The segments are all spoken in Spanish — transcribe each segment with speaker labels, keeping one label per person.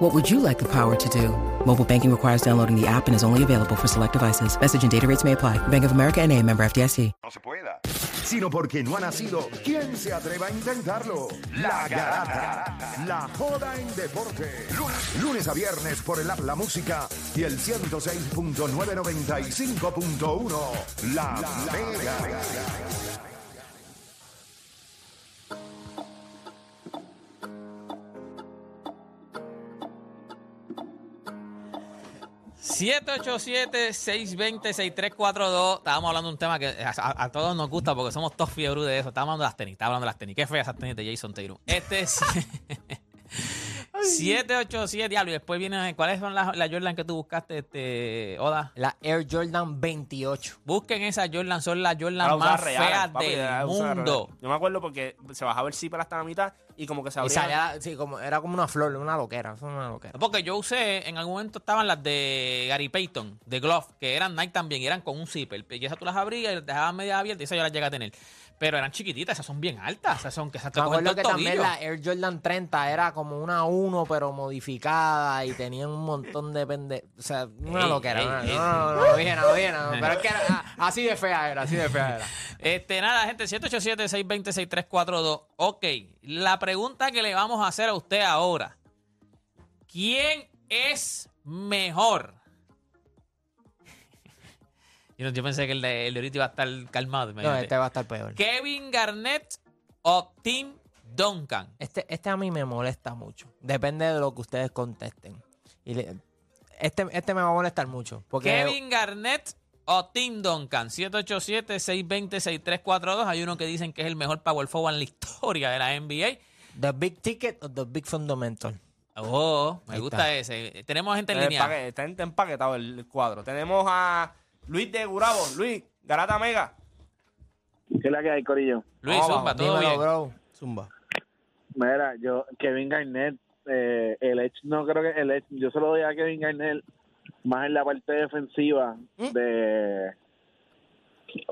Speaker 1: What would you like the power to do? Mobile banking requires downloading the app and is only available for select devices. Message and data rates may apply. Bank of America and a member FDIC.
Speaker 2: no se pueda, sino porque no ha nacido. ¿Quién se atreva a intentarlo? La garata, la joda en deporte. Lunes, lunes a viernes por el app La Música y el 106.995.1. La, Mega.
Speaker 3: ...787-620-6342... Estábamos hablando de un tema que a, a todos nos gusta porque somos todos fiebres de eso. Estábamos hablando de las tenis. Estábamos hablando de las tenis. Qué feas esas tenis de Jason Taylor. Este es... 787, diablo. Y después vienen... ¿Cuáles son las, las Jordan que tú buscaste, este, Oda?
Speaker 4: La Air Jordan 28.
Speaker 3: Busquen esas Jordan. Son las Jordan
Speaker 5: Las
Speaker 3: más
Speaker 5: usadas reales,
Speaker 3: feas
Speaker 5: Ah, papi,
Speaker 3: del
Speaker 5: las usadas
Speaker 3: mundo.
Speaker 5: reales. Yo me acuerdo porque se bajaba el zipper hasta la mitad y como que se
Speaker 4: Y
Speaker 5: abría.
Speaker 4: salía, sí, como, era como una flor, una loquera. Fue una loquera.
Speaker 3: Porque yo usé, en algún momento estaban las de Gary Payton, de Glove, que eran Nike también, y eran con un zipper. Y esas tú las abrías y las dejabas media abiertas y esas yo las llegué a tener. Pero eran chiquititas, esas son bien altas, esas son que esas te
Speaker 4: Me
Speaker 3: cogen todo
Speaker 4: acuerdo
Speaker 3: el
Speaker 4: que también
Speaker 3: tobillo.
Speaker 4: la Air Jordan 30 era como una 1, pero modificada y tenían un montón de pende... O sea, una
Speaker 3: Ey,
Speaker 4: loquera.
Speaker 3: ey,
Speaker 4: una-
Speaker 3: ey.
Speaker 4: no, no, no, bien, no, bien, no. Pero es que era, ah, así de fea era, así de fea era.
Speaker 3: Este, nada, gente, 787-620-6342. Ok, la pregunta que le vamos a hacer a usted ahora. ¿Quién es mejor? yo, no- yo pensé que el de, el de ahorita iba a estar calmado.
Speaker 4: No,
Speaker 3: imagínate.
Speaker 4: este va a estar peor.
Speaker 3: Kevin Garnett o Tim Duncan.
Speaker 4: Este, este a mí me molesta mucho. Depende de lo que ustedes contesten. Y le- este, este me va a molestar mucho. Porque
Speaker 3: Kevin Garnett o Tim Duncan. 787-620-6342. Hay uno que dicen que es el mejor power forward en la historia de la NBA.
Speaker 4: The Big Ticket o The Big Fundamental.
Speaker 3: Oh, me
Speaker 4: Ahí
Speaker 3: gusta
Speaker 4: está.
Speaker 3: ese. Tenemos gente en
Speaker 5: Está
Speaker 3: línea.
Speaker 5: empaque- Está está empaquetado el cuadro. Tenemos a Luis de Gurabo. Luis, Garata Mega.
Speaker 6: ¿Qué es la que hay, Corillo?
Speaker 3: Luis,
Speaker 5: Vamos,
Speaker 3: zumba, todo
Speaker 4: Dímelo,
Speaker 3: bien.
Speaker 4: bro. Zumba.
Speaker 6: Mira, yo, Kevin Garnett, eh, el Edge, no creo que el Edge, yo se lo doy a Kevin Garnett más en la parte defensiva
Speaker 4: ¿Mm?
Speaker 6: de,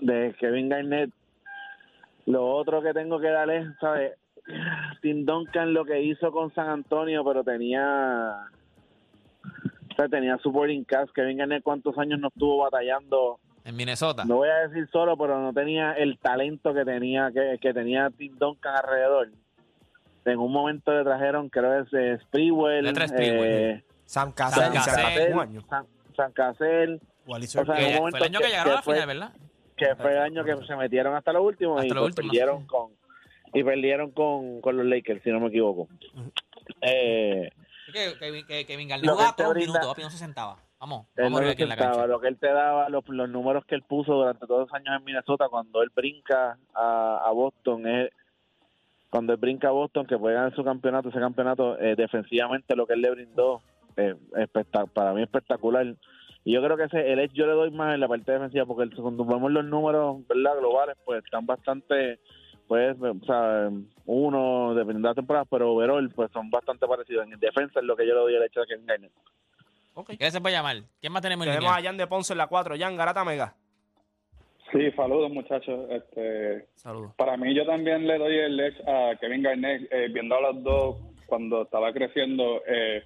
Speaker 6: de Kevin Garnett. Lo otro que tengo que darle es, ¿sabes? Tim Duncan lo que hizo con San Antonio, pero tenía. O sea, tenía supporting cast. Kevin Garnett, ¿cuántos años no estuvo batallando?
Speaker 3: En Minnesota.
Speaker 6: No voy a decir solo, pero no tenía el talento que tenía que, que tenía Tim Duncan alrededor. En un momento le trajeron, creo que es eh, Sprewell,
Speaker 3: Letra Sprewell.
Speaker 6: eh,
Speaker 4: Sam
Speaker 3: San
Speaker 4: Casal.
Speaker 6: San
Speaker 3: Casal.
Speaker 6: Casel,
Speaker 5: Un año.
Speaker 6: San, San Casel. O
Speaker 3: Que
Speaker 6: sea, en un
Speaker 3: fue el
Speaker 6: momento
Speaker 3: año que, llegaron a la
Speaker 6: fue-
Speaker 3: final, ¿verdad?
Speaker 6: que fue el año que se metieron hasta lo último
Speaker 3: Hasta
Speaker 6: y
Speaker 3: lo
Speaker 6: pues,
Speaker 3: último.
Speaker 6: perdieron con y perdieron con, con los Lakers, si no me equivoco. Eh,
Speaker 3: Que, que, que, que Vingal
Speaker 6: Lo que
Speaker 3: jugaba
Speaker 6: te
Speaker 3: por un
Speaker 6: brinda-
Speaker 3: minuto, papi, no se sentaba. Vamos,
Speaker 6: este Él
Speaker 3: vamos a
Speaker 6: no
Speaker 3: ver aquí en la
Speaker 6: intentaba,
Speaker 3: cancha.
Speaker 6: lo que él te daba, los, los números que él puso durante todos los años en Minnesota, cuando él brinca a, a Boston, él- cuando él brinca a Boston, que puede ganar su campeonato, ese campeonato, eh, defensivamente lo que él le brindó, eh, espectac- para mí espectacular. Y yo creo que ese, el edge yo le doy más en la parte defensiva, porque el- cuando vemos los números ¿verdad? globales, pues están bastante, pues, o sea, uno, dependiendo de la temporada, pero overall, pues son bastante parecidos. En defensa es lo que yo le doy el hecho de que engañen.
Speaker 5: Ok.
Speaker 3: Gracias por llamar. ¿Quién más tenemos en
Speaker 5: Tenemos a
Speaker 3: línea?
Speaker 5: Jan de Ponce en la 4. Jan, Garata Mega.
Speaker 7: Sí, saludos muchachos. Este,
Speaker 5: Saludos.
Speaker 7: para mí yo también le doy el ex a Kevin Garnett, eh, viendo a los dos cuando estaba creciendo. eh,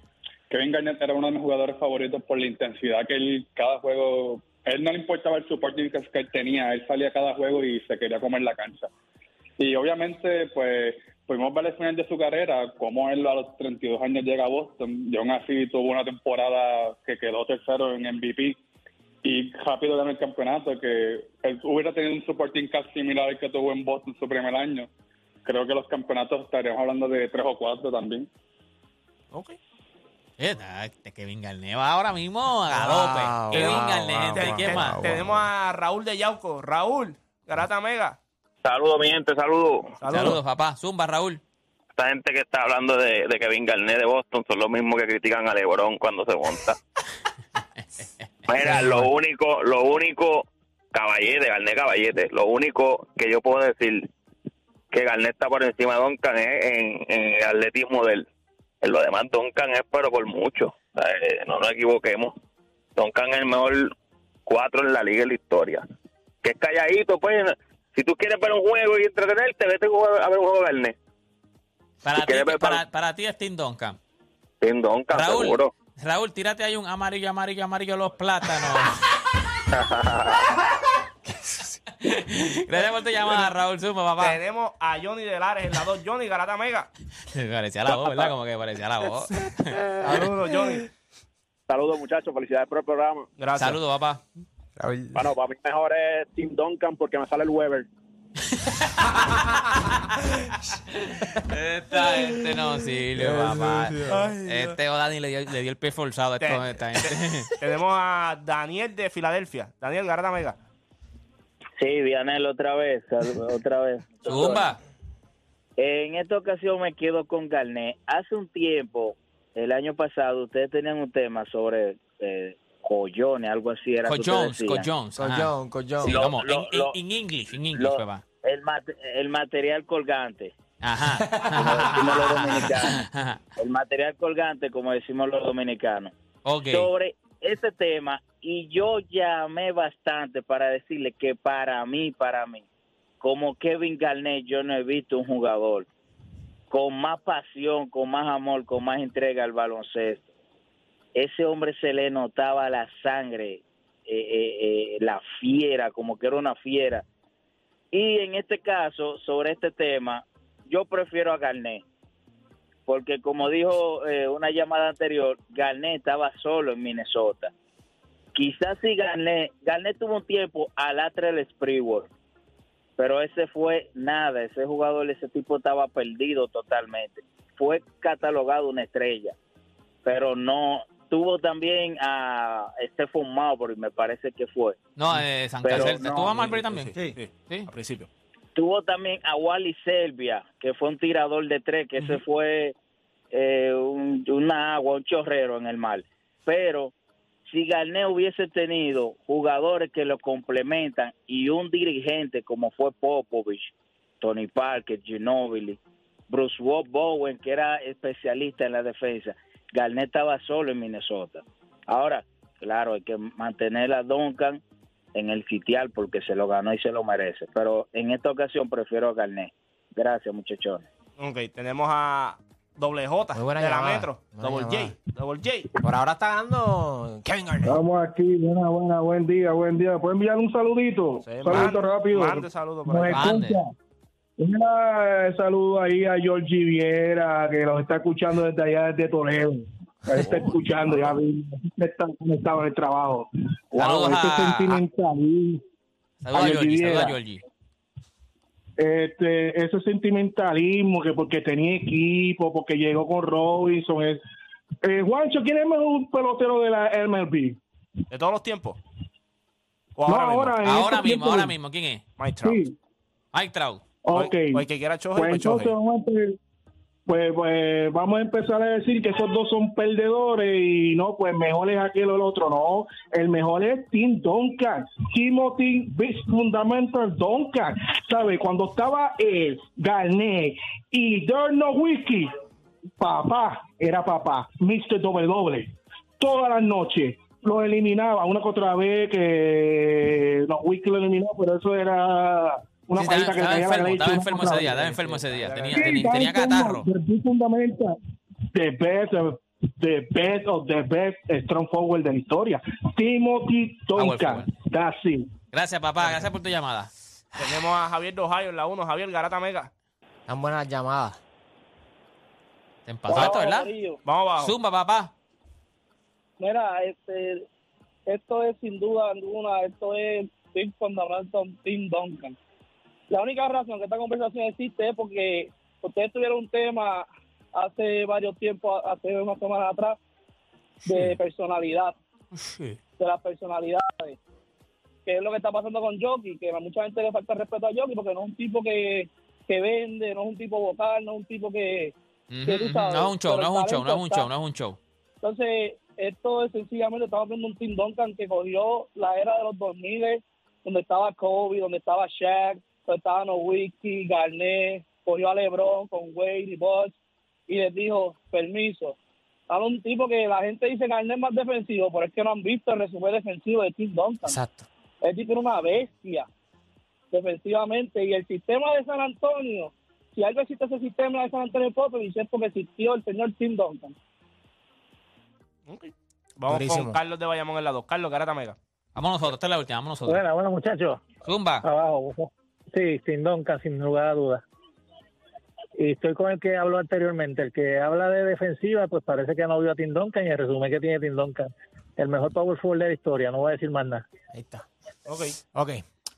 Speaker 7: Kevin Garnett era uno de mis jugadores favoritos por la intensidad que él cada juego, él no le importaba el supporting que, que él tenía, él salía a cada juego y se quería comer la cancha. Y obviamente, pues, pudimos ver el final de su carrera, cómo él a los 32 años llega a Boston, y aún así tuvo una temporada que quedó tercero en MVP y rápido ganó el campeonato, que él hubiera tenido un supporting cast similar al que tuvo en Boston su primer año. Creo que los campeonatos estaríamos hablando de tres o cuatro también.
Speaker 5: Ok.
Speaker 3: Eh, está- este Kevin Garnett va ahora mismo a galope.
Speaker 4: Wow,
Speaker 3: Kevin
Speaker 4: wow,
Speaker 3: Garnett,
Speaker 4: wow,
Speaker 3: gente.
Speaker 4: wow,
Speaker 3: Eh, ¿Quién
Speaker 5: Te-
Speaker 3: más?
Speaker 5: Tenemos a Raúl de Yauco. Raúl, Garata Mega.
Speaker 8: Saludos, mi gente, saludos.
Speaker 5: Saludos.
Speaker 3: Saludos, papá. Zumba, Raúl.
Speaker 8: Esta gente que está hablando de, de Kevin Garnett de Boston son los mismos que critican a LeBron cuando se monta. Mira, lo único, lo único Caballete, Garnet Caballete. Lo único que yo puedo decir que Garnet está por encima de Duncan es en, en el atletismo del En lo demás, Duncan es pero por mucho. O sea, eh, no nos equivoquemos. Duncan es el mejor cuatro en la liga de la historia. Que es calladito, pues. Si tú quieres ver un juego y entretenerte, vete a ver un juego de Garnet.
Speaker 3: Para
Speaker 8: Si
Speaker 3: ti,
Speaker 8: quieres ver
Speaker 3: para,
Speaker 8: para-
Speaker 3: para ti es Tim Duncan.
Speaker 8: Sin Duncan,
Speaker 3: Raúl,
Speaker 8: seguro.
Speaker 3: Raúl, tírate ahí un amarillo, amarillo, amarillo los plátanos. Gracias por tu llamada, Raúl Zumba, Oh, papá.
Speaker 5: Tenemos a Johnny de Lares en la 2. Johnny, Garata Mega.
Speaker 3: Parecía la voz, ¿verdad? Como que parecía la voz.
Speaker 5: Saludos, Johnny.
Speaker 6: Saludos, muchachos. Felicidades por el programa.
Speaker 5: Gracias.
Speaker 3: Saludos, papá.
Speaker 4: Raúl,
Speaker 6: Bueno, para mí mejor es Tim Duncan porque me sale el Weber.
Speaker 3: Esta gente no sirve, papá. Este Odani le dio, le dio el pie forzado a esto-
Speaker 5: Te-
Speaker 3: a esta gente.
Speaker 5: Tenemos a Daniel de Filadelfia. Daniel, Garata Mega.
Speaker 9: Sí, Vianel, otra vez, sal- otra vez.
Speaker 3: Zumba.
Speaker 9: En esta ocasión me quedo con Garnet. Hace un tiempo, el año pasado, ustedes tenían un tema sobre eh, collones, algo así. Era que
Speaker 3: Con
Speaker 9: ustedes
Speaker 3: Jones, con
Speaker 9: decían.
Speaker 3: Jones. ajá.
Speaker 4: collón, collón.
Speaker 3: Sí,
Speaker 9: Lo-
Speaker 3: vamos.
Speaker 9: lo-
Speaker 3: en-
Speaker 9: lo-
Speaker 3: en- en English, en English,
Speaker 9: Lo-
Speaker 3: papá.
Speaker 9: el, mate- el material colgante,
Speaker 3: Ajá.
Speaker 9: como decimos los dominicanos.
Speaker 3: Ajá.
Speaker 9: El material colgante, como decimos los dominicanos.
Speaker 3: Ok.
Speaker 9: sobre ese tema y yo llamé bastante para decirle que para mí, para mí, como Kevin Garnett, yo no he visto un jugador con más pasión, con más amor, con más entrega al baloncesto. Ese hombre se le notaba la sangre, eh, eh, eh, la fiera, como que era una fiera. Y en este caso, sobre este tema, yo prefiero a Garnett porque como dijo eh, una llamada anterior, Garnett estaba solo en Minnesota. Quizás si Garnett, Garnett tuvo un tiempo al Atrel Spreward, pero ese fue nada, ese jugador, ese tipo estaba perdido totalmente. Fue catalogado una estrella, pero no, tuvo también a Stephen Marbury, me parece que fue.
Speaker 3: No, eh, San
Speaker 9: Pero
Speaker 3: Casel.
Speaker 9: no,
Speaker 3: ¿Tú vas a Marbury también?
Speaker 5: Sí, sí,
Speaker 3: Sí.
Speaker 5: Al principio.
Speaker 9: tuvo también a Wally Selvia, que fue un tirador de tres, que ese fue eh, un- una agua, un chorrero en el mar. Pero si Garnett hubiese tenido jugadores que lo complementan y un dirigente como fue Popovich, Tony Parker, Ginobili, Bruce Wa- Bowen, que era especialista en la defensa, Garnett estaba solo en Minnesota. Ahora, claro, hay que mantener a Duncan en el sitial porque se lo ganó y se lo merece. Pero en esta ocasión prefiero a Garnet. Gracias, muchachones.
Speaker 5: Ok, tenemos a Doble J
Speaker 4: Muy buena
Speaker 5: de la
Speaker 4: llamada.
Speaker 5: Metro.
Speaker 4: Buena
Speaker 5: Double
Speaker 4: llamada.
Speaker 5: J. Double J.
Speaker 4: Por ahora está ganando Kevin Garnett.
Speaker 10: Estamos aquí, buena, buena, buen día, buen día. ¿Puedo enviar un saludito?
Speaker 5: Sí,
Speaker 10: Un
Speaker 5: mande-
Speaker 10: saludito rápido.
Speaker 5: Mande saludos
Speaker 10: Nos
Speaker 5: para acá.
Speaker 3: Mande.
Speaker 10: escucha. Mira, eh, saludo ahí a Georgie Viera, que nos está escuchando desde allá, desde Toledo. Él está
Speaker 3: Oh.
Speaker 10: escuchando, ya vi, está conectado en el trabajo.
Speaker 3: Saludos
Speaker 10: wow,
Speaker 3: a-
Speaker 10: este
Speaker 5: Ah,
Speaker 10: sentimental.
Speaker 3: Saludos a Georgie.
Speaker 10: Ay,
Speaker 3: Saludos a
Speaker 10: Olivera.
Speaker 3: Georgie.
Speaker 10: este, ese sentimentalismo que porque tenía equipo, porque llegó con Robinson. Es, eh, Juancho, ¿quién es el mejor pelotero de la MLB?
Speaker 5: De todos los tiempos. O
Speaker 10: No,
Speaker 5: ahora, mismo.
Speaker 10: en
Speaker 3: Ahora
Speaker 10: estos
Speaker 3: mismo,
Speaker 10: tiempos.
Speaker 3: ahora mismo. ¿Quién es?
Speaker 5: Mike Trout.
Speaker 10: Sí,
Speaker 3: Mike Trout.
Speaker 10: ok.
Speaker 5: O el que quiera Choje,
Speaker 10: Pues
Speaker 5: pues Choje.
Speaker 10: entonces vamos a empe- pues, pues, vamos a empezar a decir que esos dos son perdedores y no, pues mejor es aquel o el otro. No, el mejor es Tim Duncan, Timothy Big Fundamental Duncan. ¿Sabe? Cuando estaba eh, Garnett y Derno Whiskey, papá era papá, Mr. Doble Doble, todas las noches. Lo eliminaba una que otra vez que los Whiskey lo eliminó, pero eso era una
Speaker 3: Sí,
Speaker 10: palita
Speaker 3: estaba,
Speaker 10: que le
Speaker 3: estaba
Speaker 10: caía a la
Speaker 3: enfermo,
Speaker 10: Glade,
Speaker 3: estaba
Speaker 10: una
Speaker 3: enfermo
Speaker 10: otra
Speaker 3: ese
Speaker 10: vez.
Speaker 3: día, estaba enfermo ese día. Tenía,
Speaker 10: Sí,
Speaker 3: tenía,
Speaker 10: tal
Speaker 3: tenía
Speaker 10: como
Speaker 3: catarro.
Speaker 10: el perfil fundamental, The best, of- the best of the best strong forward de la historia. Timothy
Speaker 3: Power
Speaker 10: Duncan.
Speaker 3: Ah, forward.
Speaker 10: That's it.
Speaker 3: Gracias, papá. Gracias por tu llamada.
Speaker 5: Tenemos a Javier de Ohio en la 1. Javier, Garata Mega.
Speaker 4: Tan buenas llamadas.
Speaker 3: Te empasaste, ¿verdad?
Speaker 5: Vamos abajo.
Speaker 3: Zumba, papá.
Speaker 10: Mira, este, esto es sin duda alguna, esto es Tim Fundamental, Tim Duncan. La única razón que esta conversación existe es porque ustedes tuvieron un tema hace varios tiempos, hace unas semanas atrás, de personalidad, de las personalidades, que es lo que está pasando con Jockey, que a mucha gente le falta respeto a Jockey porque no es un tipo que, que vende, no es un tipo vocal, no es un tipo que...
Speaker 3: Ujú,
Speaker 10: que tú
Speaker 3: ujú.
Speaker 10: sabes,
Speaker 3: No es un show, no
Speaker 10: pero
Speaker 3: es un show, no es un
Speaker 10: talento
Speaker 3: show, no es un show.
Speaker 10: entonces, esto es sencillamente, estamos viendo un Tim Duncan que cogió la era de los 2000
Speaker 11: donde estaba Kobe, donde estaba Shaq, donde estaban Nowitzki, Garnett, cogió a LeBron con Wade y Bosh y les dijo, permiso. Habla un tipo que la gente dice Garnett es más defensivo, pero es que no han visto el resumen defensivo de Tim Duncan.
Speaker 4: Exacto.
Speaker 11: El tipo era una bestia defensivamente. Y el sistema de San Antonio, si algo existe ese sistema de San Antonio Popovich es porque existió el señor Tim Duncan.
Speaker 5: Vamos
Speaker 3: Durísimo.
Speaker 5: con Carlos de Bayamón en la 2. Carlos Garata Mega.
Speaker 3: Vamos nosotros, esta es la última, vamos nosotros.
Speaker 12: Bueno, bueno, muchachos.
Speaker 3: Zumba.
Speaker 12: Abajo. Sí, sin Duncan, sin lugar a dudas. Y estoy con el que habló anteriormente. El que habla de defensiva, pues parece que no vio a Tim Duncan y el resumen que tiene Tim Duncan. El mejor power forward de la historia, no voy a decir más nada.
Speaker 4: Ahí está. Ok. Ok.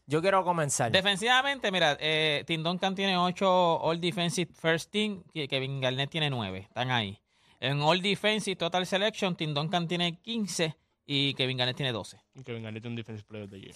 Speaker 4: Yo quiero comenzar.
Speaker 3: Defensivamente, mira, eh, Tim Duncan tiene 8 All Defensive First Team, y Kevin Garnett tiene 9, están ahí. En All Defensive Total Selection, Tim Duncan tiene 15 y Kevin Garnett tiene 12.
Speaker 5: Y Kevin Garnett un defensive player de ayer.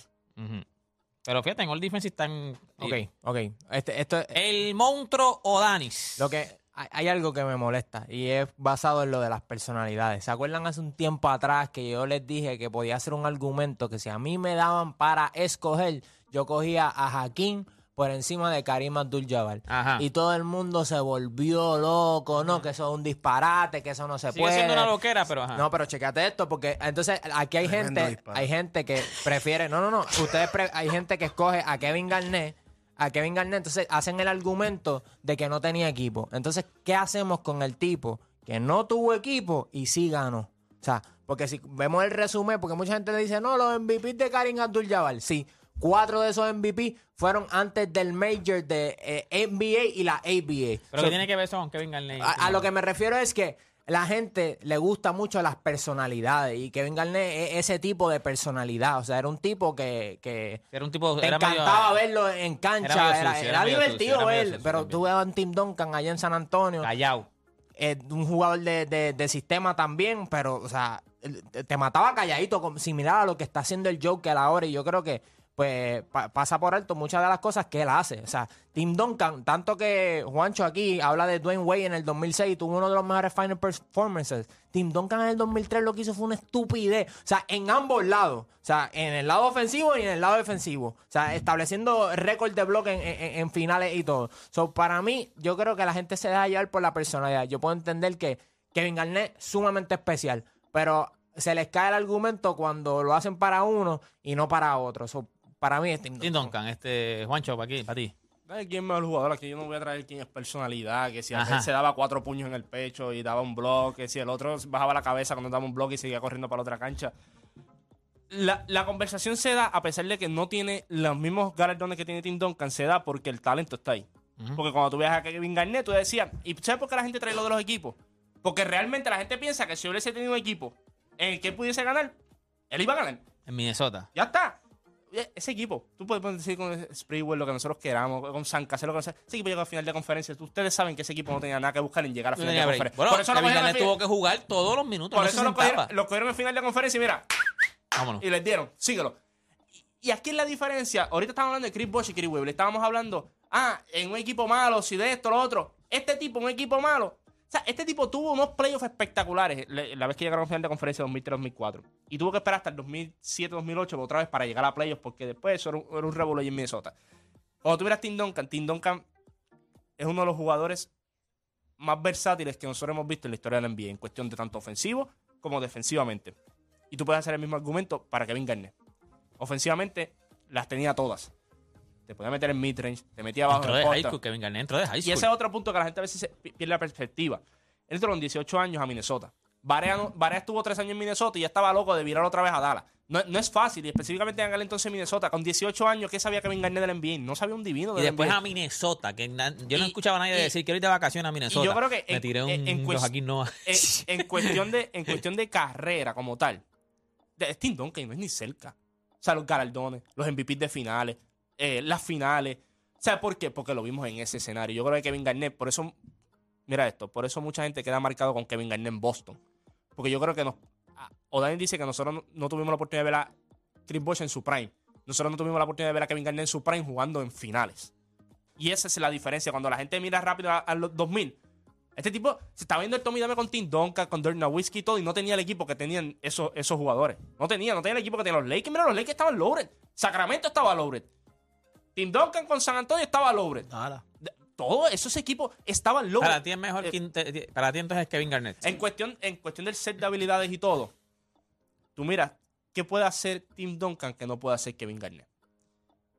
Speaker 3: Pero fíjate, en All Defensive están...
Speaker 4: Ok, ok. Este, esto,
Speaker 3: el monstruo Odanis.
Speaker 4: Lo que hay, hay algo que me molesta y es basado en lo de las personalidades. ¿Se acuerdan hace un tiempo atrás que yo les dije que podía hacer un argumento que si a mí me daban para escoger, yo cogía a Jaquín por encima de Karim Abdul-Jabbar. Y todo el mundo se volvió loco, ¿no? Que eso es un disparate, que eso no se
Speaker 3: Sigue
Speaker 4: puede.
Speaker 3: siendo una loquera, pero ajá.
Speaker 4: No, pero checate esto porque entonces aquí hay
Speaker 3: Tremendo
Speaker 4: gente,
Speaker 3: disparo.
Speaker 4: hay gente que prefiere, no, no, no, ustedes pre- hay gente que escoge a Kevin Garnett, a Kevin Garnett, entonces hacen el argumento de que no tenía equipo. Entonces, ¿qué hacemos con el tipo que no tuvo equipo y sí ganó? O sea, porque si vemos el resumen, porque mucha gente le dice, no, los MVP de Karim Abdul-Jabbar, sí. Cuatro de esos MVP fueron antes del Major de eh, NBA y la ABA.
Speaker 3: Pero
Speaker 4: So,
Speaker 3: que tiene que ver eso con Kevin Garnett.
Speaker 4: a, a lo que me refiero es que la gente le gusta mucho las personalidades y Kevin Garnett es ese tipo de personalidad. O sea, era un tipo que, que
Speaker 3: Era un tipo...
Speaker 4: te
Speaker 3: era medio-
Speaker 4: encantaba verlo en cancha.
Speaker 3: era
Speaker 4: Era,
Speaker 3: medio
Speaker 4: era
Speaker 3: sucio, era medio
Speaker 4: divertido
Speaker 3: sucio, era medio
Speaker 4: ver.
Speaker 3: sucio
Speaker 4: pero
Speaker 3: también.
Speaker 4: tú veas a un Tim Duncan allá en San Antonio. Eh,
Speaker 3: Callao.
Speaker 4: un jugador de, de- de sistema también, pero, o sea, el- te- te mataba calladito, como similar a lo que está haciendo el Joker ahora. Y yo creo que pues pa- pasa por alto muchas de las cosas que él hace. O sea, Tim Duncan, tanto que Juancho aquí habla de Dwayne Wade en el 2006 y tuvo uno de los mejores final performances. Tim Duncan en el 2003 lo que hizo fue una estupidez. O sea, en ambos lados. O sea, en el lado ofensivo y en el lado defensivo. O sea, estableciendo récord de bloque en, en- en finales y todo. So, para mí, yo creo que la gente se deja llevar por la personalidad. Yo puedo entender que Kevin Garnett sumamente especial, pero se les cae el argumento cuando lo hacen para uno y no para otro. So, para mí este, es Tim
Speaker 3: Tim Duncan, este... Juancho, para aquí, para ti.
Speaker 5: Ay, ¿Quién es mejor jugador? Aquí yo no voy a traer quién es personalidad. Que si a
Speaker 3: Ajá.
Speaker 5: él se daba cuatro puños en el pecho y daba un bloque, que si el otro bajaba la cabeza cuando daba un bloque y seguía corriendo para la otra cancha. La, la conversación se da, a pesar de que no tiene los mismos galardones que tiene Tim Duncan, se da porque el talento está ahí. Porque cuando tú veas a Kevin Garnett, tú decías, ¿y sabes por qué la gente trae lo de los equipos? Porque realmente la gente piensa que si hubiese tenido un equipo en el que él pudiese ganar, él iba a ganar.
Speaker 3: En Minnesota.
Speaker 5: Ya está. E- Ese equipo, tú puedes decir con Spreewell lo que nosotros queramos, con San Casero, con ese equipo llegó a final de conferencia. Ustedes saben que ese equipo no tenía nada que buscar en llegar a final de
Speaker 3: Bueno,
Speaker 5: conferencia. Por eso lo
Speaker 3: Kevin
Speaker 5: cogieron en
Speaker 3: Garnett
Speaker 5: fi-
Speaker 3: tuvo que jugar todos los minutos.
Speaker 5: por
Speaker 3: no
Speaker 5: eso
Speaker 3: se
Speaker 5: lo cogieron,
Speaker 3: sentaba.
Speaker 5: lo cogieron en final de conferencia y mira,
Speaker 3: Vámonos.
Speaker 5: y les dieron, síguelo. Y, y aquí es la diferencia. Ahorita estamos hablando de Chris Bosh y Chris Webber. Estábamos hablando, ah, en un equipo malo, si de esto, lo otro. Este tipo, un equipo malo. O sea, este tipo tuvo unos playoffs espectaculares le- la vez que llegaron a final de conferencia 2003-2004. Y tuvo que esperar hasta el 2007-2008 otra vez para llegar a playoffs porque después eso era un, era un revolú allí en Minnesota. Cuando tú miras Tim Duncan, Tim Duncan es uno de los jugadores más versátiles que nosotros hemos visto en la historia de la NBA en cuestión de tanto ofensivo como defensivamente. Y tú puedes hacer el mismo argumento para Kevin Garnett. Ofensivamente, las tenía todas. Te podía meter en midrange, te metía abajo.
Speaker 3: Entró
Speaker 5: en
Speaker 3: de
Speaker 5: posta.
Speaker 3: high school, Kevin Garnett entró de high
Speaker 5: Y
Speaker 3: school.
Speaker 5: ese es otro punto que la gente a veces se pi- pierde la perspectiva. Él entró con 18 años a Minnesota. Barea, no- Barea estuvo tres años en Minnesota y ya estaba loco de virar otra vez a Dallas. No, no es fácil, y específicamente en aquel entonces Minnesota, con 18 años, ¿qué sabía Kevin Garnett del NBA? No sabía un divino
Speaker 3: Y
Speaker 5: del
Speaker 3: después
Speaker 5: NBA.
Speaker 3: a Minnesota, que na- yo no escuchaba a nadie decir quiero ir de vacaciones a Minnesota.
Speaker 5: Y yo creo que
Speaker 3: me
Speaker 5: en-
Speaker 3: tiré un
Speaker 5: en- en cues-
Speaker 3: Joaquín Noah.
Speaker 5: en, en cuestión de, en cuestión de carrera como tal, de Tim Duncan no es ni cerca. O sea, los galardones, los MVP de finales, eh, las finales. ¿Sabes por qué? Porque lo vimos en ese escenario. Yo creo que Kevin Garnett, por eso, mira esto, por eso mucha gente queda marcado con Kevin Garnett en Boston. Porque yo creo que nos. a- O'Donnell dice que nosotros no, no tuvimos la oportunidad de ver a Chris Bosh en su prime. Nosotros no tuvimos la oportunidad de ver a Kevin Garnett en su prime jugando en finales. Y esa es la diferencia. Cuando la gente mira rápido a, a los 2000, Este tipo se está viendo el Tommy Dame con Tim Duncan, con Dirk Nowitzki y todo, y no tenía el equipo que tenían esos, esos jugadores. No tenía, no tenía el equipo que tenían los Lakers. Mira, los Lakers estaban loaded. Sacramento estaba loaded. Tim Duncan con San Antonio estaba loaded. De- Todos esos equipos estaban loaded. Eh,
Speaker 3: Para ti es mejor que inte- para ti entonces es Kevin Garnett.
Speaker 5: En cuestión, en cuestión del set de habilidades y todo, tú miras, ¿qué puede hacer Tim Duncan que no puede hacer Kevin Garnett?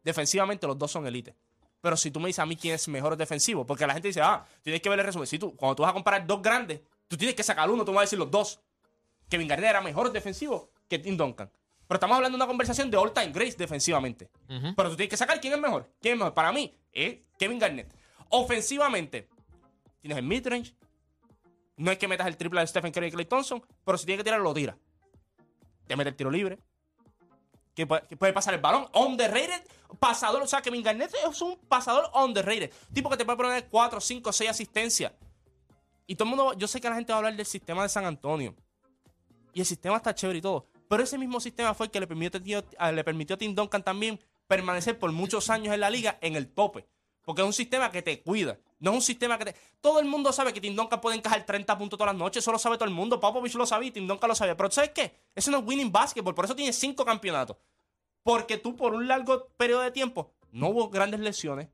Speaker 5: Defensivamente, los dos son élite. Pero si tú me dices a mí quién es mejor defensivo, porque la gente dice, ah, tienes que ver el resumen. Si tú, cuando tú vas a comparar dos grandes, tú tienes que sacar uno, tú me vas a decir los dos. Kevin Garnett era mejor defensivo que Tim Duncan. Pero estamos hablando de una conversación de all-time grace defensivamente.
Speaker 3: Ujú.
Speaker 5: Pero tú tienes que sacar quién es mejor. ¿Quién es mejor? Para mí es Kevin Garnett. Ofensivamente, tienes el midrange. No es que metas el triple de Stephen Curry y Clay Thompson, pero si tienes que tirar, lo tira. Te mete el tiro libre. Que puede, que puede pasar el balón. Underrated. Pasador. O sea, Kevin Garnett es un pasador underrated. Tipo que te puede poner 4, 5, 6 asistencias. Y todo el mundo, yo sé que la gente va a hablar del sistema de San Antonio. Y el sistema está chévere y todo. Pero ese mismo sistema fue el que le permitió, tío- a- le permitió a Tim Duncan también permanecer por muchos años en la liga en el tope. Porque es un sistema que te cuida. No es un sistema que te... Todo el mundo sabe que Tim Duncan puede encajar 30 puntos todas las noches. Eso lo sabe todo el mundo. Popovich lo sabía y Tim Duncan lo sabía. Pero ¿sabes qué? Eso no es winning basketball. Por eso tiene cinco campeonatos. Porque tú por un largo periodo de tiempo no hubo grandes lesiones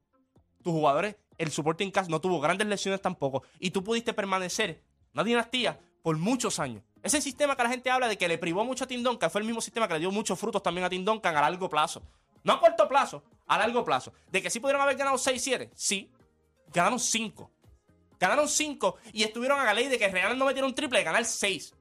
Speaker 5: tus jugadores, el supporting cast no tuvo grandes lesiones tampoco. Y tú pudiste permanecer una dinastía por muchos años. Ese sistema que la gente habla de que le privó mucho a Tim Duncan fue el mismo sistema que le dio muchos frutos también a Tim Duncan a largo plazo. No a corto plazo, a largo plazo. De que sí pudieron haber ganado 6-7, sí. Ganaron 5. Ganaron 5 y estuvieron a la ley de que Real no metieron un triple de ganar 6.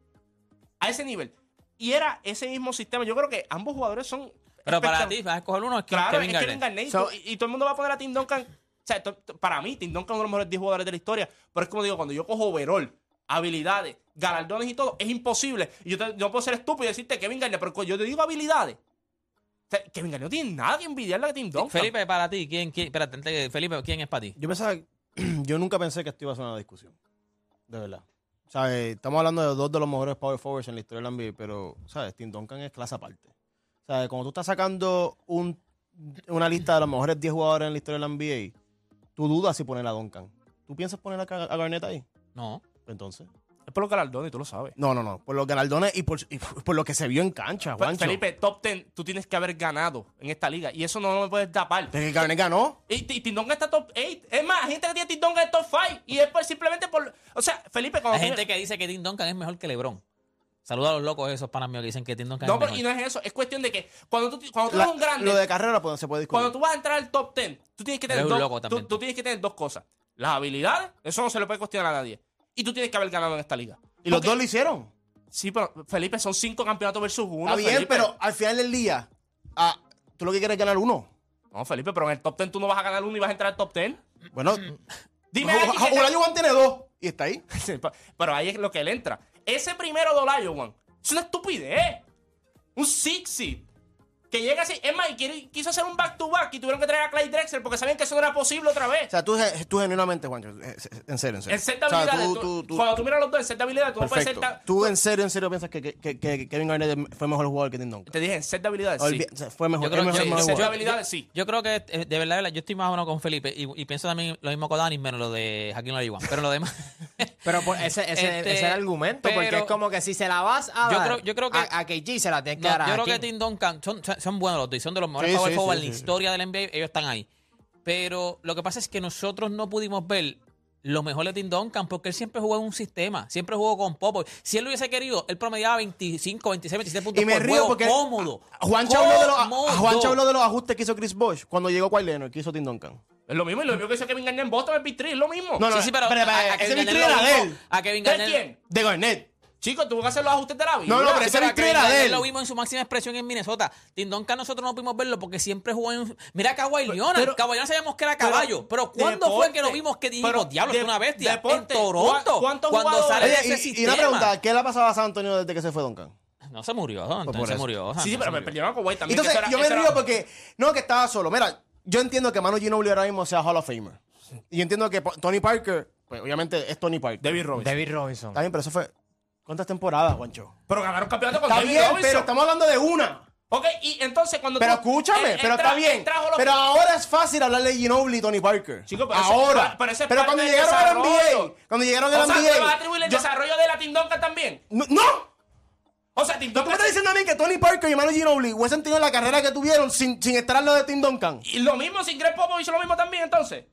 Speaker 5: A ese nivel. Y era ese mismo sistema. Yo creo que ambos jugadores son.
Speaker 3: Pero para
Speaker 5: espectac-
Speaker 3: ti, vas a escoger uno, es que
Speaker 5: Claro,
Speaker 3: Kevin
Speaker 5: es
Speaker 3: Garnett.
Speaker 5: Kevin Garnett. y
Speaker 4: So-
Speaker 5: tú- y, y todo el mundo va a poner a Tim Duncan. O sea, to- to- para mí, Tim Duncan es uno de los mejores 10 jugadores de la historia. Pero es como digo, cuando yo cojo overall, habilidades, galardones y todo, es imposible. Y yo, te- yo puedo ser estúpido y decirte Kevin Garnett, pero cuando yo te digo habilidades. O sea, Kevin Garnett no tiene nada que envidiarle a Tim Duncan.
Speaker 3: Felipe, para ti, ¿quién, quién, espérate, antes que- Felipe, ¿quién es para ti?
Speaker 13: Yo pensaba, yo nunca pensé que esto iba a ser una discusión. De verdad. ¿Sabes? Estamos hablando de dos de los mejores power forwards en la historia del NBA, pero, ¿sabes? Tim Duncan es clase aparte. ¿Sabes? Cuando tú estás sacando un- una lista de los mejores 10 jugadores en la historia del NBA, tú dudas si poner a Duncan. ¿Tú piensas poner a, Ca- a Garnett ahí?
Speaker 3: No.
Speaker 13: Entonces.
Speaker 5: Es por los galardones, tú lo sabes.
Speaker 13: No, no, no. Por los galardones y por, y por lo que se vio en cancha,
Speaker 5: Fe-
Speaker 13: Juancho.
Speaker 5: Felipe, top 10, tú tienes que haber ganado en esta liga. Y eso no me puedes tapar.
Speaker 13: De que Garnett ganó.
Speaker 5: Y, y Tim Duncan está top 8. Es más, hay gente que tiene Tim Duncan en top 5. Y es por- simplemente por. O sea, Felipe, cuando
Speaker 3: Hay
Speaker 5: tú-
Speaker 3: gente que dice que Tim Duncan es mejor que LeBron. Saluda a los locos esos panas míos que dicen que Tim Duncan
Speaker 5: No,
Speaker 3: es
Speaker 5: pero
Speaker 3: mejor.
Speaker 5: y no es eso. Es cuestión de que cuando tú, cuando tú
Speaker 13: La-
Speaker 5: eres un grande,
Speaker 13: lo de carrera pues, se puede discutir.
Speaker 5: cuando tú vas a entrar al top 10, tú tienes que
Speaker 3: Eres
Speaker 5: tener,
Speaker 3: un
Speaker 5: dos,
Speaker 3: loco
Speaker 5: tú,
Speaker 3: también.
Speaker 5: tú tienes que tener dos cosas. Las habilidades, eso no se le puede cuestionar a nadie. Y tú tienes que haber ganado en esta liga.
Speaker 13: y los
Speaker 5: Porque-
Speaker 13: dos lo hicieron.
Speaker 5: Sí, pero Felipe, son cinco campeonatos versus uno.
Speaker 13: Está bien,
Speaker 5: Felipe.
Speaker 13: pero al final del día, ah, tú lo que quieres es ganar uno.
Speaker 5: No, Felipe, pero en el top 10 tú no vas a ganar uno y vas a entrar al top 10.
Speaker 13: Bueno,
Speaker 5: Dime a alguien que te-
Speaker 13: Olajuwon tiene dos y está ahí.
Speaker 5: Sí, pa- Pero ahí es lo que él entra. Ese primero de Olajuwon es una estupidez. Un six seed. Que llega así. Es más, y quiere- quiso hacer un back-to-back y tuvieron que traer a Clay Drexler porque sabían que eso no era posible otra vez.
Speaker 13: O sea, tú, tú genuinamente, Juancho, eh, en serio, en serio.
Speaker 5: El set de
Speaker 13: O sea,
Speaker 5: habilidades,
Speaker 13: tú-
Speaker 5: tú-
Speaker 13: tú- tú-
Speaker 5: cuando tú miras los dos en set de habilidades, tú no
Speaker 13: perfecto.
Speaker 5: puedes ser tan-
Speaker 13: Tú en serio, en serio piensas que, que- que- que Kevin Garnett fue mejor jugador que Tim Duncan.
Speaker 5: Te dije, en set de habilidades,
Speaker 13: Olvi- o sea, fue mejor,
Speaker 3: Yo creo
Speaker 13: es mejor-
Speaker 3: que-
Speaker 5: sí.
Speaker 13: mejor
Speaker 5: En set de
Speaker 13: jugador.
Speaker 5: habilidades, sí.
Speaker 3: Yo creo que, eh, de verdad, de verdad, yo estoy más o menos con Felipe y, y pienso también lo mismo con Dani, menos lo de Jaquín Olajuwon. Pero lo demás...
Speaker 4: Pero por ese, ese, ese
Speaker 3: Este,
Speaker 4: es el argumento, porque
Speaker 3: pero-
Speaker 4: es como que si se la vas a
Speaker 3: Yo
Speaker 4: dar
Speaker 3: creo- yo creo que-
Speaker 4: a, a KG se la tienes que
Speaker 3: No,
Speaker 4: dar a
Speaker 3: yo creo que
Speaker 4: Hakeem.
Speaker 3: Tim Duncan son, son buenos los dos y son de los mejores
Speaker 13: Sí,
Speaker 3: power
Speaker 13: sí,
Speaker 3: forward
Speaker 13: sí,
Speaker 3: en la
Speaker 13: sí, sí.
Speaker 3: historia del NBA. Ellos están ahí. Pero lo que pasa es que nosotros no pudimos ver lo mejor de Tim Duncan porque él siempre jugó en un sistema, siempre jugó con Popo. Si él lo hubiese querido, él promediaba 25, 26, 27 puntos
Speaker 13: Y me
Speaker 3: por
Speaker 13: río
Speaker 3: juego,
Speaker 13: porque
Speaker 3: cómodo.
Speaker 13: Juancho habló, de los,
Speaker 3: Cómodo.
Speaker 13: Juancho habló de los ajustes que hizo Chris Bosch cuando llegó Kawhi Leonard, que hizo Tim Duncan.
Speaker 5: Es lo mismo, y lo mismo que hizo Kevin Garnett en Boston en Big Three, es lo mismo.
Speaker 13: No, no,
Speaker 3: Sí, sí, pero
Speaker 13: espera,
Speaker 3: a- a
Speaker 13: espera,
Speaker 3: Kevin
Speaker 13: ese
Speaker 3: Garnett
Speaker 13: victory
Speaker 3: lo
Speaker 13: era de
Speaker 3: vimos-
Speaker 13: él.
Speaker 3: a Kevin
Speaker 5: ¿De
Speaker 3: Garnett-
Speaker 5: quién?
Speaker 13: De Garnett.
Speaker 5: Chicos, tuvo que hacer los ajustes de la vida.
Speaker 13: No, no, pero ese
Speaker 5: Pero
Speaker 13: victory
Speaker 5: Kevin
Speaker 13: era de
Speaker 5: Garnett
Speaker 13: él.
Speaker 3: Lo vimos en su máxima expresión en Minnesota. Tim Duncan nosotros no pudimos verlo porque siempre jugó en... Mira a Kawhi Leonard.
Speaker 5: pero-
Speaker 3: Kawhi Leonard sabíamos que era
Speaker 5: pero-
Speaker 3: caballo. Pero, ¿cuándo
Speaker 5: deporte.
Speaker 3: fue que lo vimos que dijimos,
Speaker 5: Pero
Speaker 3: diablo,
Speaker 5: de-
Speaker 3: es una bestia?
Speaker 5: deporte.
Speaker 3: en Toronto.
Speaker 5: ¿Cuá- cuántos
Speaker 3: cuando
Speaker 5: jugadores?
Speaker 3: sale
Speaker 13: Oye,
Speaker 3: de ese
Speaker 13: y, y
Speaker 3: sistema.
Speaker 13: una pregunta, ¿qué le ha pasado a San Antonio desde que se fue Duncan?
Speaker 3: No se murió, Don,
Speaker 13: Pues por
Speaker 3: entonces se
Speaker 13: eso.
Speaker 3: murió. Don,
Speaker 5: Sí, sí,
Speaker 3: no se
Speaker 5: pero me
Speaker 3: murió.
Speaker 5: perdieron a Kawhi también. que
Speaker 13: Entonces,
Speaker 5: eso era-
Speaker 13: yo me
Speaker 5: eso era-
Speaker 13: río porque no que estaba solo. Mira, yo entiendo que Manu Ginobili ahora mismo sea Hall of Famer. Y yo entiendo que po- Tony Parker, pues obviamente es Tony Parker.
Speaker 5: David Robinson.
Speaker 4: David Robinson.
Speaker 13: Está bien, pero eso fue. ¿Cuántas temporadas, Juancho?
Speaker 5: Pero ganaron campeonato con
Speaker 13: Está
Speaker 5: David
Speaker 13: bien,
Speaker 5: Robinson.
Speaker 13: pero estamos hablando de una.
Speaker 5: Ok, y entonces cuando
Speaker 13: Pero
Speaker 5: tú-
Speaker 13: escúchame,
Speaker 5: él- él
Speaker 13: pero está
Speaker 5: tra-
Speaker 13: bien.
Speaker 5: él trajo los-
Speaker 13: Pero ahora es fácil hablar de Ginobili y Tony Parker.
Speaker 5: Chico, pero eso-
Speaker 13: ahora.
Speaker 5: pero- pero eso es parte
Speaker 13: cuando
Speaker 5: del
Speaker 13: llegaron al
Speaker 5: desarrollo.
Speaker 13: NBA, cuando llegaron
Speaker 5: o
Speaker 13: al
Speaker 5: sea, ¿tú le vas a
Speaker 13: NBA.
Speaker 5: atribuir el
Speaker 13: yo-
Speaker 5: desarrollo de la Tim Duncan también?
Speaker 13: ¡No! ¡No!
Speaker 5: O sea, Tim
Speaker 13: ¿Tú me
Speaker 5: Duncan...
Speaker 13: estás diciendo a mí que Tony Parker y Manu Ginobili hubiesen tenido la carrera que tuvieron sin, sin estar al lado de Tim Duncan?
Speaker 5: Y lo mismo sin Greg Popovich, lo mismo también, entonces.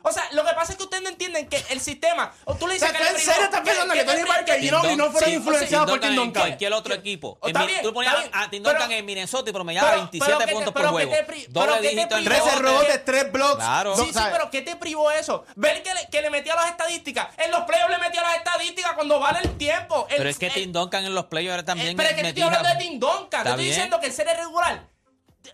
Speaker 5: O sea, lo que pasa es que ustedes no entienden que el sistema... O tú le
Speaker 13: O sea,
Speaker 5: dices que...
Speaker 13: ¿tú en
Speaker 5: LeBron-
Speaker 13: serio estás pensando que Tony Parker y
Speaker 5: Tim
Speaker 13: Ginobili
Speaker 5: Duncan-
Speaker 13: no fueron
Speaker 5: sí, o sea,
Speaker 13: influenciados por Tim
Speaker 5: Tim Duncan en
Speaker 13: Duncan?
Speaker 5: cualquier-
Speaker 14: Cualquier otro equipo.
Speaker 5: Oh,
Speaker 14: En
Speaker 5: está
Speaker 14: mi-
Speaker 5: bien,
Speaker 14: tú ponías
Speaker 5: está bien,
Speaker 14: a Tim
Speaker 5: pero-
Speaker 14: Duncan en Minnesota y promediaba
Speaker 5: Pero-
Speaker 14: 27
Speaker 5: pero que
Speaker 14: puntos
Speaker 5: te-
Speaker 14: por
Speaker 5: pero
Speaker 14: juego.
Speaker 5: que te pri- pero
Speaker 14: Doble
Speaker 5: que te
Speaker 14: dígito en
Speaker 5: privó-
Speaker 14: rebote.
Speaker 13: 13 rebotes, 3 blocks.
Speaker 14: Claro.
Speaker 13: dos-
Speaker 5: Sí, sí,
Speaker 13: ¿sabes?
Speaker 5: pero ¿qué te privó eso? Ver que le, que le metía las estadísticas. En los playoffs le metía las estadísticas cuando vale el tiempo. El-
Speaker 14: Pero es que
Speaker 5: el-
Speaker 14: Tim Duncan en los playoffs ahora
Speaker 5: eh,
Speaker 14: también.
Speaker 5: pero es que te estoy
Speaker 14: metía-
Speaker 5: hablando de Tim Duncan. Te
Speaker 14: Está
Speaker 5: estoy
Speaker 14: bien.
Speaker 5: diciendo que el ser es regular.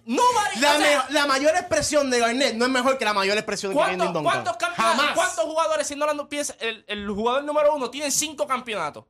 Speaker 5: No vale.
Speaker 13: La,
Speaker 5: o sea,
Speaker 13: me- la mayor expresión de Garnett no es mejor que la mayor expresión de Tim
Speaker 5: ¿cuántos,
Speaker 13: Duncan.
Speaker 5: cuántos campeonatos?
Speaker 13: Jamás.
Speaker 5: ¿Cuántos jugadores, siendo hablando piensa, el, el jugador número uno, tiene cinco campeonatos?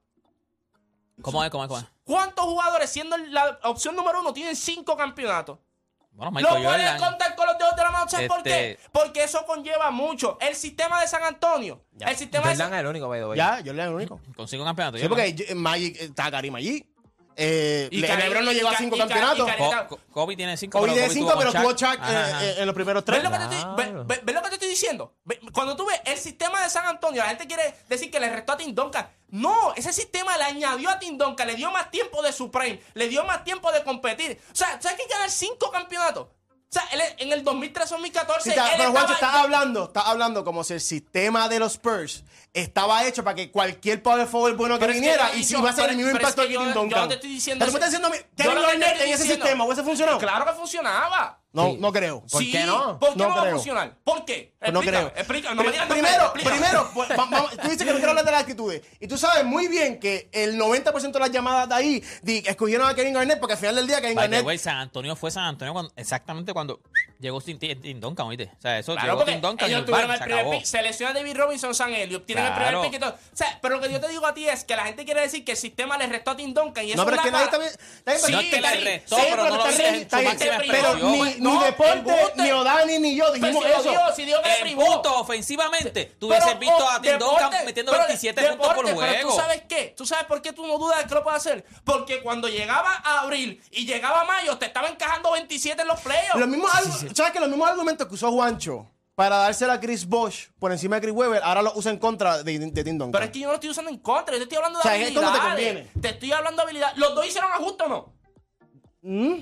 Speaker 14: ¿Cómo es? ¿Cómo es? ¿Cómo es?
Speaker 5: ¿Cuántos jugadores, siendo la opción número uno, tienen cinco campeonatos?
Speaker 3: Oh
Speaker 14: Bueno,
Speaker 5: Lo
Speaker 14: Michael
Speaker 5: puedes
Speaker 14: Jordan.
Speaker 5: contar con los dedos de la mano. ¿Sabes por qué?
Speaker 14: Este-
Speaker 5: Porque eso conlleva mucho. El sistema de San Antonio. El sistema de San
Speaker 4: Jordan es el único, by the way.
Speaker 13: Ya, yo le el único.
Speaker 14: Consigo un campeonato.
Speaker 13: Sí,
Speaker 14: yo
Speaker 13: porque yo- Magic, eh, está Karim allí. Eh,
Speaker 5: Y
Speaker 13: Le-
Speaker 5: Karim-
Speaker 13: LeBron no llegó
Speaker 5: y
Speaker 13: a
Speaker 5: Ka-
Speaker 13: 5
Speaker 5: y Ka- y
Speaker 13: campeonatos.
Speaker 5: Karim-
Speaker 4: Oh.
Speaker 14: no. Co- Co- Kobe tiene 5.
Speaker 13: Hoy de 5, pero tuvo Chuck eh, eh, en los primeros
Speaker 5: ¿Ves
Speaker 13: 3.
Speaker 5: lo, que te estoy, ve- ve- ve lo que te estoy diciendo? Ve- Cuando tú ves el sistema de San Antonio, la gente quiere decir que le restó a Tim Duncan. No, ese sistema le añadió a Tim Duncan, le dio más tiempo de su prime, le dio más tiempo de competir. O sea, ¿sabes que ganar cinco campeonatos? O sea, él es- en el 2013-2014,
Speaker 13: Sí, está-
Speaker 5: él
Speaker 13: pero Juancho,
Speaker 5: estaba-
Speaker 13: estás hablando, estás hablando como si el sistema de los Spurs estaba hecho para que cualquier power forward bueno que
Speaker 5: Pero es que
Speaker 13: viniera
Speaker 5: yo
Speaker 13: y
Speaker 5: no he
Speaker 13: si
Speaker 5: dicho-
Speaker 13: iba a ser el
Speaker 5: pero-
Speaker 13: mismo
Speaker 5: pero es
Speaker 13: impacto
Speaker 5: que
Speaker 13: que Tim
Speaker 5: yo- yo
Speaker 13: Duncan.
Speaker 5: no te estoy diciendo
Speaker 13: Pero tú
Speaker 5: eso.
Speaker 13: estás diciendo,
Speaker 5: Yo
Speaker 13: Kevin
Speaker 5: lo que te
Speaker 13: Garnett
Speaker 5: estoy
Speaker 13: en ese
Speaker 5: diciendo-
Speaker 13: sistema, ¿hubiese funcionado?
Speaker 5: Claro que funcionaba.
Speaker 13: No,
Speaker 4: Sí.
Speaker 13: no creo.
Speaker 4: ¿Por
Speaker 5: Sí,
Speaker 4: qué no?
Speaker 5: ¿Por qué no,
Speaker 13: No
Speaker 5: va a
Speaker 13: creo.
Speaker 5: funcionar? ¿Por qué?
Speaker 13: Pues no
Speaker 5: Explícame,
Speaker 13: creo.
Speaker 5: explícame. No me
Speaker 13: Pri-
Speaker 5: digas no creo,
Speaker 13: primero,
Speaker 5: explícame.
Speaker 13: primero, pues, va- vamos, tú dices que no quiero hablar de las actitudes. Y tú sabes muy bien que el 90% de las llamadas de ahí di- escogieron a Kevin Garnett porque al final del día Kevin
Speaker 14: By the
Speaker 13: Garnett
Speaker 14: way, San Antonio fue San Antonio cuando- exactamente cuando llegó Tim, Tim Duncan, ¿oíste? O sea, eso
Speaker 5: Claro,
Speaker 14: llegó
Speaker 5: porque
Speaker 14: Tim Duncan y
Speaker 5: ellos
Speaker 14: el bar,
Speaker 5: tuvieron el
Speaker 14: se
Speaker 5: primer
Speaker 14: acabó.
Speaker 5: pick, se lesiona David Robinson, San Elio, obtienen el
Speaker 14: Claro.
Speaker 5: primer pick y todo. O sea, pero lo que yo te digo a ti es que la gente quiere decir que el sistema le restó a Tim Duncan y eso
Speaker 13: No, pero
Speaker 5: es
Speaker 13: es que
Speaker 5: una
Speaker 13: nadie
Speaker 5: cara-
Speaker 13: también. nadie
Speaker 5: Sí,
Speaker 13: está-
Speaker 5: es que
Speaker 13: está
Speaker 5: le
Speaker 13: bien,
Speaker 14: restó,
Speaker 13: sí,
Speaker 14: pero no lo
Speaker 13: está
Speaker 14: sé,
Speaker 13: bien,
Speaker 14: en
Speaker 13: está
Speaker 14: su
Speaker 13: bien,
Speaker 5: máxima
Speaker 13: Pero
Speaker 5: expresión.
Speaker 13: ni,
Speaker 5: No,
Speaker 13: ni
Speaker 5: el
Speaker 13: Deporte,
Speaker 5: bote.
Speaker 13: ni Odani, ni yo
Speaker 5: Pero
Speaker 13: dijimos
Speaker 5: si
Speaker 13: eso.
Speaker 5: Dios, si Dios me
Speaker 14: En
Speaker 5: privó.
Speaker 14: puntos ofensivamente, tú hubieses
Speaker 5: Pero,
Speaker 14: visto
Speaker 5: oh,
Speaker 14: a Tim
Speaker 5: deporte,
Speaker 14: Duncan metiendo
Speaker 5: pero,
Speaker 14: 27
Speaker 5: deporte,
Speaker 14: puntos por juego.
Speaker 5: Pero tú sabes qué, tú sabes por qué tú no dudas de que lo puede hacer. Porque cuando llegaba a abril y llegaba mayo, te estaba encajando 27 en los playoffs.
Speaker 13: Los mismos argu- ¿Sabes que los mismos argumentos que usó Juancho para dársela a Chris Bosch por encima de Chris Webber, ahora los usa en contra de, de Tim Duncan?
Speaker 5: Pero es que yo no lo estoy usando en contra, yo te estoy hablando de
Speaker 13: O sea, es cuando
Speaker 5: habilidades.
Speaker 13: te conviene.
Speaker 5: Te estoy hablando de habilidad. ¿Los dos hicieron ajustes o no?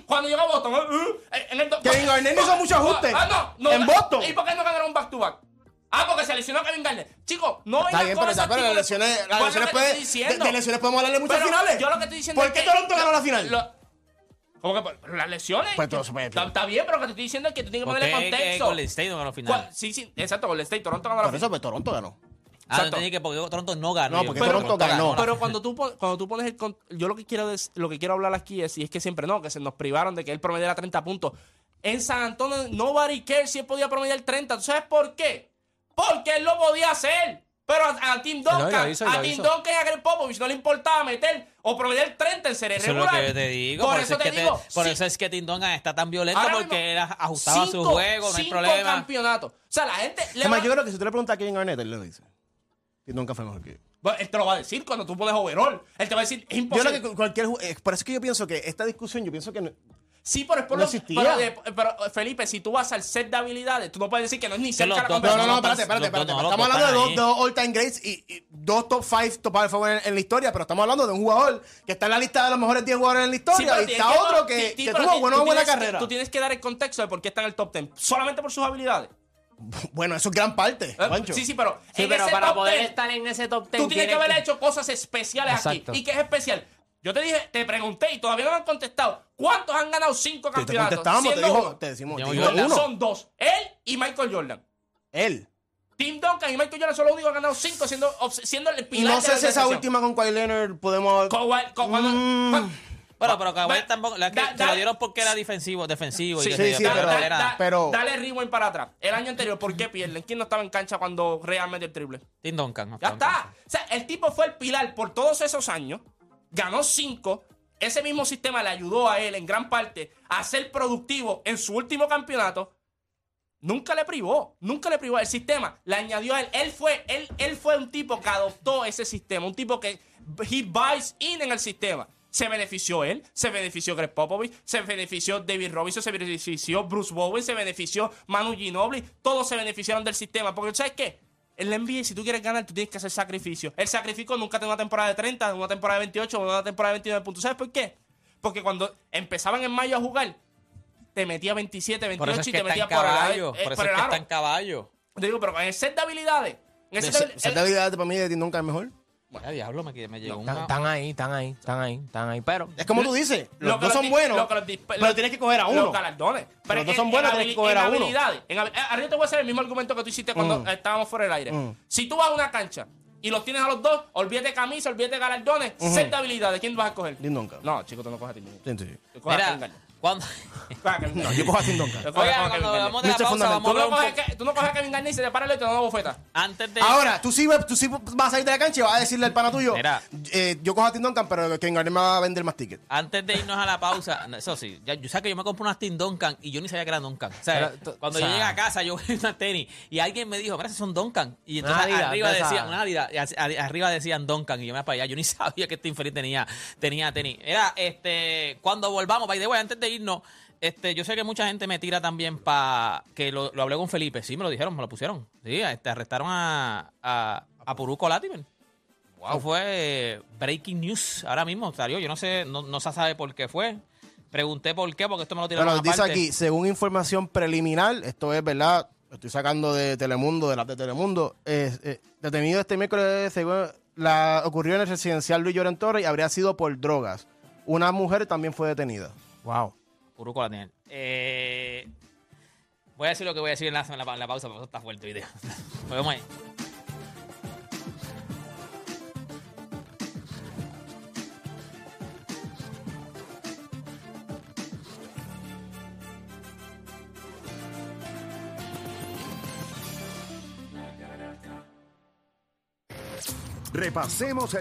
Speaker 5: Cuando llegó a Boston, ¿eh? ¿eh? en el do-
Speaker 13: ¿Mm? Kevin Garnett hizo muchos ajustes.
Speaker 5: Ah, no, no.
Speaker 13: En Boston.
Speaker 5: ¿Y por qué no ganaron back to back? Ah, porque se lesionó Kevin Garnett. Chicos, no
Speaker 13: Está
Speaker 5: vengan
Speaker 13: bien,
Speaker 5: con
Speaker 13: pero,
Speaker 5: esas
Speaker 13: está, pero las
Speaker 5: tipo de-
Speaker 13: lesiones, las
Speaker 5: Pues es lo
Speaker 13: lesiones
Speaker 5: que te
Speaker 13: puede-
Speaker 5: estoy diciendo.
Speaker 13: de, de lesiones podemos hablar de muchas
Speaker 5: Pero
Speaker 13: finales.
Speaker 5: Yo lo que estoy diciendo
Speaker 13: ¿Por
Speaker 5: es
Speaker 13: qué
Speaker 5: que-
Speaker 13: Toronto ganó
Speaker 5: lo-
Speaker 13: la final?
Speaker 5: lo- ¿Cómo que por- las lesiones?
Speaker 13: Pues todo se puede
Speaker 5: está,
Speaker 13: explicar.
Speaker 5: está bien, pero lo que te estoy diciendo es que tú tienes que
Speaker 14: Porque
Speaker 5: ponerle
Speaker 14: es que
Speaker 5: contexto.
Speaker 14: eh, Golden
Speaker 3: este
Speaker 14: State no ganó
Speaker 5: Cuál-
Speaker 14: final.
Speaker 5: Sí, sí, exacto, Golden State, Toronto ganó la
Speaker 13: Por
Speaker 5: final.
Speaker 13: eso, pues Toronto ganó.
Speaker 14: Ah, no
Speaker 5: exacto.
Speaker 14: entendí que porque Toronto no ganó.
Speaker 13: No,
Speaker 14: Yo-
Speaker 13: porque
Speaker 14: pero
Speaker 13: Toronto ganó.
Speaker 5: Ah, Pero cuando tú, pon- cuando tú pones el... con- Yo lo que quiero des- lo que quiero hablar aquí es, y es que siempre no, que se nos privaron de que él promediara 30 puntos. En San Antonio, nobody cares si él podía promediar 30. ¿Tú sabes por qué? Porque él lo podía hacer. Pero a, a Tim Duncan,
Speaker 4: No, y lo hizo, y
Speaker 5: a
Speaker 4: lo
Speaker 5: Tim
Speaker 4: hizo.
Speaker 5: Duncan y a Greg Popovich no le importaba meter o promediar 30 en serie
Speaker 14: Eso es lo
Speaker 5: regular.
Speaker 14: que yo te digo.
Speaker 5: Por, eso,
Speaker 14: es
Speaker 5: te
Speaker 14: que
Speaker 5: digo.
Speaker 14: por
Speaker 5: sí,
Speaker 14: eso es que Tim Duncan está tan violento
Speaker 5: ahora
Speaker 14: porque
Speaker 5: mismo,
Speaker 14: él ajustaba
Speaker 5: cinco-
Speaker 14: su juego, no hay
Speaker 5: cinco
Speaker 14: problema.
Speaker 5: campeonatos. O sea, la gente... le
Speaker 13: Además,
Speaker 5: va-
Speaker 13: yo creo que si tú le preguntas a Kevin Garnett, él le dice. Tim Duncan fue mejor que yo.
Speaker 5: Bueno, él te lo va a decir cuando tú pones overall. Él te va a decir, es
Speaker 13: Yo
Speaker 5: imposible.
Speaker 13: creo que cu- cualquier ju- eh, por eso es que yo pienso que esta discusión, yo pienso que no-
Speaker 5: Sí, pero es por
Speaker 13: No
Speaker 5: lo-
Speaker 13: existía.
Speaker 5: Pero, de- pero, Felipe, si tú vas al set de habilidades, tú no puedes decir que no es ni
Speaker 14: Que los
Speaker 5: cerca la
Speaker 14: dos-
Speaker 13: No,
Speaker 5: conversación.
Speaker 13: no, no,
Speaker 14: no,
Speaker 13: espérate, espérate,
Speaker 14: no, no,
Speaker 13: espérate.
Speaker 14: no,
Speaker 13: estamos
Speaker 14: no,
Speaker 13: hablando de
Speaker 14: no,
Speaker 13: dos,
Speaker 14: ahí.
Speaker 13: dos all-time greats y, y dos top five top five forward en, en la historia, pero estamos hablando de un jugador que está en la lista de los mejores 10 jugadores en la
Speaker 5: Sí,
Speaker 13: historia
Speaker 5: pero
Speaker 13: y
Speaker 5: tienes
Speaker 13: está
Speaker 5: que-
Speaker 13: otro
Speaker 5: sí,
Speaker 13: que,
Speaker 5: sí,
Speaker 13: que
Speaker 5: pero
Speaker 13: tuvo
Speaker 5: ti-
Speaker 13: buena,
Speaker 5: tú
Speaker 13: buena
Speaker 5: tienes que-
Speaker 13: carrera.
Speaker 5: tú tienes que dar el contexto de por qué está en el top 10, solamente por sus habilidades.
Speaker 13: Bueno, eso es gran parte,
Speaker 5: Eh,
Speaker 13: Juancho.
Speaker 5: Sí, sí, pero,
Speaker 4: Sí,
Speaker 5: en
Speaker 4: pero
Speaker 5: ese
Speaker 4: para
Speaker 5: top
Speaker 4: poder
Speaker 5: 10,
Speaker 4: estar en ese top 10.
Speaker 5: tú tienes que haber hecho cosas especiales
Speaker 4: Exacto.
Speaker 5: aquí. ¿Y qué es especial? Yo te dije, te pregunté y todavía no me han contestado. ¿Cuántos han ganado cinco
Speaker 13: Te- te
Speaker 5: campeonatos?
Speaker 13: contestamos, te
Speaker 5: Siendo
Speaker 13: dijo,
Speaker 5: uno.
Speaker 13: te decimos, te
Speaker 14: Yo-
Speaker 13: dijo
Speaker 14: yo-
Speaker 5: Jordan,
Speaker 13: uno.
Speaker 5: son dos, él y Michael Jordan.
Speaker 13: Él.
Speaker 5: Tim Duncan y Michael Jordan son los únicos que han ganado cinco siendo, siendo el
Speaker 13: Y
Speaker 5: pilar
Speaker 13: no
Speaker 5: de
Speaker 13: sé
Speaker 5: la
Speaker 13: si esa
Speaker 5: organización.
Speaker 13: última con Kawhi Leonard podemos...
Speaker 5: Kawhi- Kawhi-
Speaker 13: Mm.
Speaker 5: Juan-
Speaker 14: Bueno, pero Kawhi
Speaker 5: Ve-
Speaker 14: tampoco. la-
Speaker 5: da-
Speaker 14: se
Speaker 5: da-
Speaker 14: lo dieron porque era defensivo, defensivo. y
Speaker 5: Sí,
Speaker 14: que
Speaker 13: sí,
Speaker 14: se-
Speaker 13: sí,
Speaker 5: da-
Speaker 13: pero-
Speaker 5: da-
Speaker 14: era-
Speaker 5: da-
Speaker 13: pero-
Speaker 5: Dale rewind para atrás. El año anterior, ¿por qué pierden? ¿Quién no estaba en cancha cuando realmente el triple?
Speaker 14: Tim Duncan.
Speaker 5: Ya está. O sea, el tipo fue el pilar por todos esos años. Ganó cinco. Ese mismo sistema le ayudó a él en gran parte a ser productivo en su último campeonato. Nunca le privó, nunca le privó. El sistema le añadió a él. Él fue, él, él fue un tipo que adoptó ese sistema, un tipo que he buys in en el sistema. se benefició él, se benefició Greg Popovich, se benefició David Robinson, se benefició Bruce Bowen, se benefició Manu Ginobili, todos se beneficiaron del sistema, porque ¿sabes qué? En la NBA, si tú quieres ganar, tú tienes que hacer sacrificio. El sacrificio nunca tiene una temporada de 30, una temporada de 28, una temporada de 29 puntos. ¿Sabes por qué? Porque cuando empezaban en mayo a jugar, te metía 27, 28
Speaker 3: Por eso es
Speaker 5: y
Speaker 3: que está
Speaker 5: te metía
Speaker 3: en
Speaker 5: por, el-
Speaker 3: caballo.
Speaker 5: eh,
Speaker 3: Por eso
Speaker 5: por
Speaker 3: es
Speaker 5: el
Speaker 3: que
Speaker 5: aro.
Speaker 3: está en caballo.
Speaker 5: Te digo, pero en el set de habilidades. En el set de-
Speaker 13: Esa
Speaker 5: el-
Speaker 13: habilidad para mí de Tindonca es mejor.
Speaker 3: Ya, diablo, me, me llegó
Speaker 4: Están
Speaker 3: una-
Speaker 4: están ahí, están ahí, están ahí, están ahí. Pero
Speaker 13: Es como tú dices, los
Speaker 5: que
Speaker 13: dos son
Speaker 5: di-
Speaker 13: buenos,
Speaker 5: lo que los dispa-
Speaker 13: pero
Speaker 5: lo-
Speaker 13: tienes que coger a uno.
Speaker 5: Los galardones. Pero,
Speaker 13: Los dos
Speaker 5: en-
Speaker 13: son buenos,
Speaker 5: en
Speaker 13: tienes que
Speaker 5: habili-
Speaker 13: coger
Speaker 5: en
Speaker 13: a uno.
Speaker 5: habilidades. En habi- eh, Arriba te voy a hacer el mismo argumento que tú hiciste cuando
Speaker 13: Mm.
Speaker 5: estábamos fuera del aire.
Speaker 13: Mm.
Speaker 5: Si tú vas a una cancha y los tienes a los dos, olvídate de camisa, olvídate de galardones,
Speaker 13: Ujú.
Speaker 5: set de habilidades. ¿Quién vas a escoger?
Speaker 13: Tindonca.
Speaker 5: No, chico, tú no coges a ti mismo.
Speaker 13: Sí, sí.
Speaker 5: Tú coges a
Speaker 3: Mira,
Speaker 5: Kevin Garnett.
Speaker 3: cuando...
Speaker 5: Coges a Kevin
Speaker 13: No,
Speaker 5: Garnett.
Speaker 13: yo cojo a
Speaker 5: Tú
Speaker 13: Tindonca.
Speaker 5: coges a
Speaker 3: Oiga,
Speaker 5: Kevin
Speaker 3: cuando
Speaker 5: Garnett.
Speaker 3: vamos de la
Speaker 13: Mr.
Speaker 3: pausa,
Speaker 13: Fundamental.
Speaker 3: vamos a
Speaker 5: Tú no
Speaker 3: hablar un
Speaker 5: coges
Speaker 3: poco-
Speaker 5: a Ke- Tú no coges a Kevin Garnett y se te para el otro y te da una bofeta.
Speaker 3: Antes de...
Speaker 13: Ahora, tú sí, vas- tú sí vas a ir de la cancha y vas a decirle al pana tuyo,
Speaker 3: Mira.
Speaker 13: eh, yo cojo a Tindonca, pero que Garnett me va a vender más tickets.
Speaker 3: Antes de irnos a la pausa, eso sí, ya- yo sé que yo me compré unas Tim Duncan y yo ni sabía que eran Duncan. O sea,
Speaker 4: Pero tú-
Speaker 3: cuando
Speaker 4: o
Speaker 3: yo
Speaker 4: sea-
Speaker 3: llegué a casa, yo vi unas tenis y alguien me dijo, mira, esas son Duncan. Y entonces
Speaker 4: Adidas,
Speaker 3: arriba
Speaker 4: de esas.
Speaker 3: decían, una Adidas, y así- arri- arriba decían Duncan y yo me iba para allá. Yo ni sabía que este infeliz tenía, tenía tenis. Era, este, cuando volvamos, by the way, antes de irnos, este, yo sé que mucha gente me tira también para que lo, lo hablé con Felipe. Sí, me lo dijeron, me lo pusieron. Sí, este, arrestaron a, a, a Puruco Latimer. Eso fue eh, breaking news. Ahora mismo salió. Yo no sé, no, no se sabe por qué fue. Pregunté por qué, porque esto me lo tiraron
Speaker 13: Bueno, dice
Speaker 3: aparte.
Speaker 13: aquí, según información preliminar, esto es verdad, estoy sacando de Telemundo, de la de Telemundo, eh, eh, detenido este miércoles, según la ocurrió en el residencial Luis Llorente Torres y habría sido por drogas. Una mujer también fue detenida.
Speaker 4: Wow.
Speaker 3: Puruco Latimer. Eh, voy a decir lo que voy a decir en la, en la- en la pausa, porque eso está fuerte el video. Nos vemos ahí.
Speaker 2: Repasemos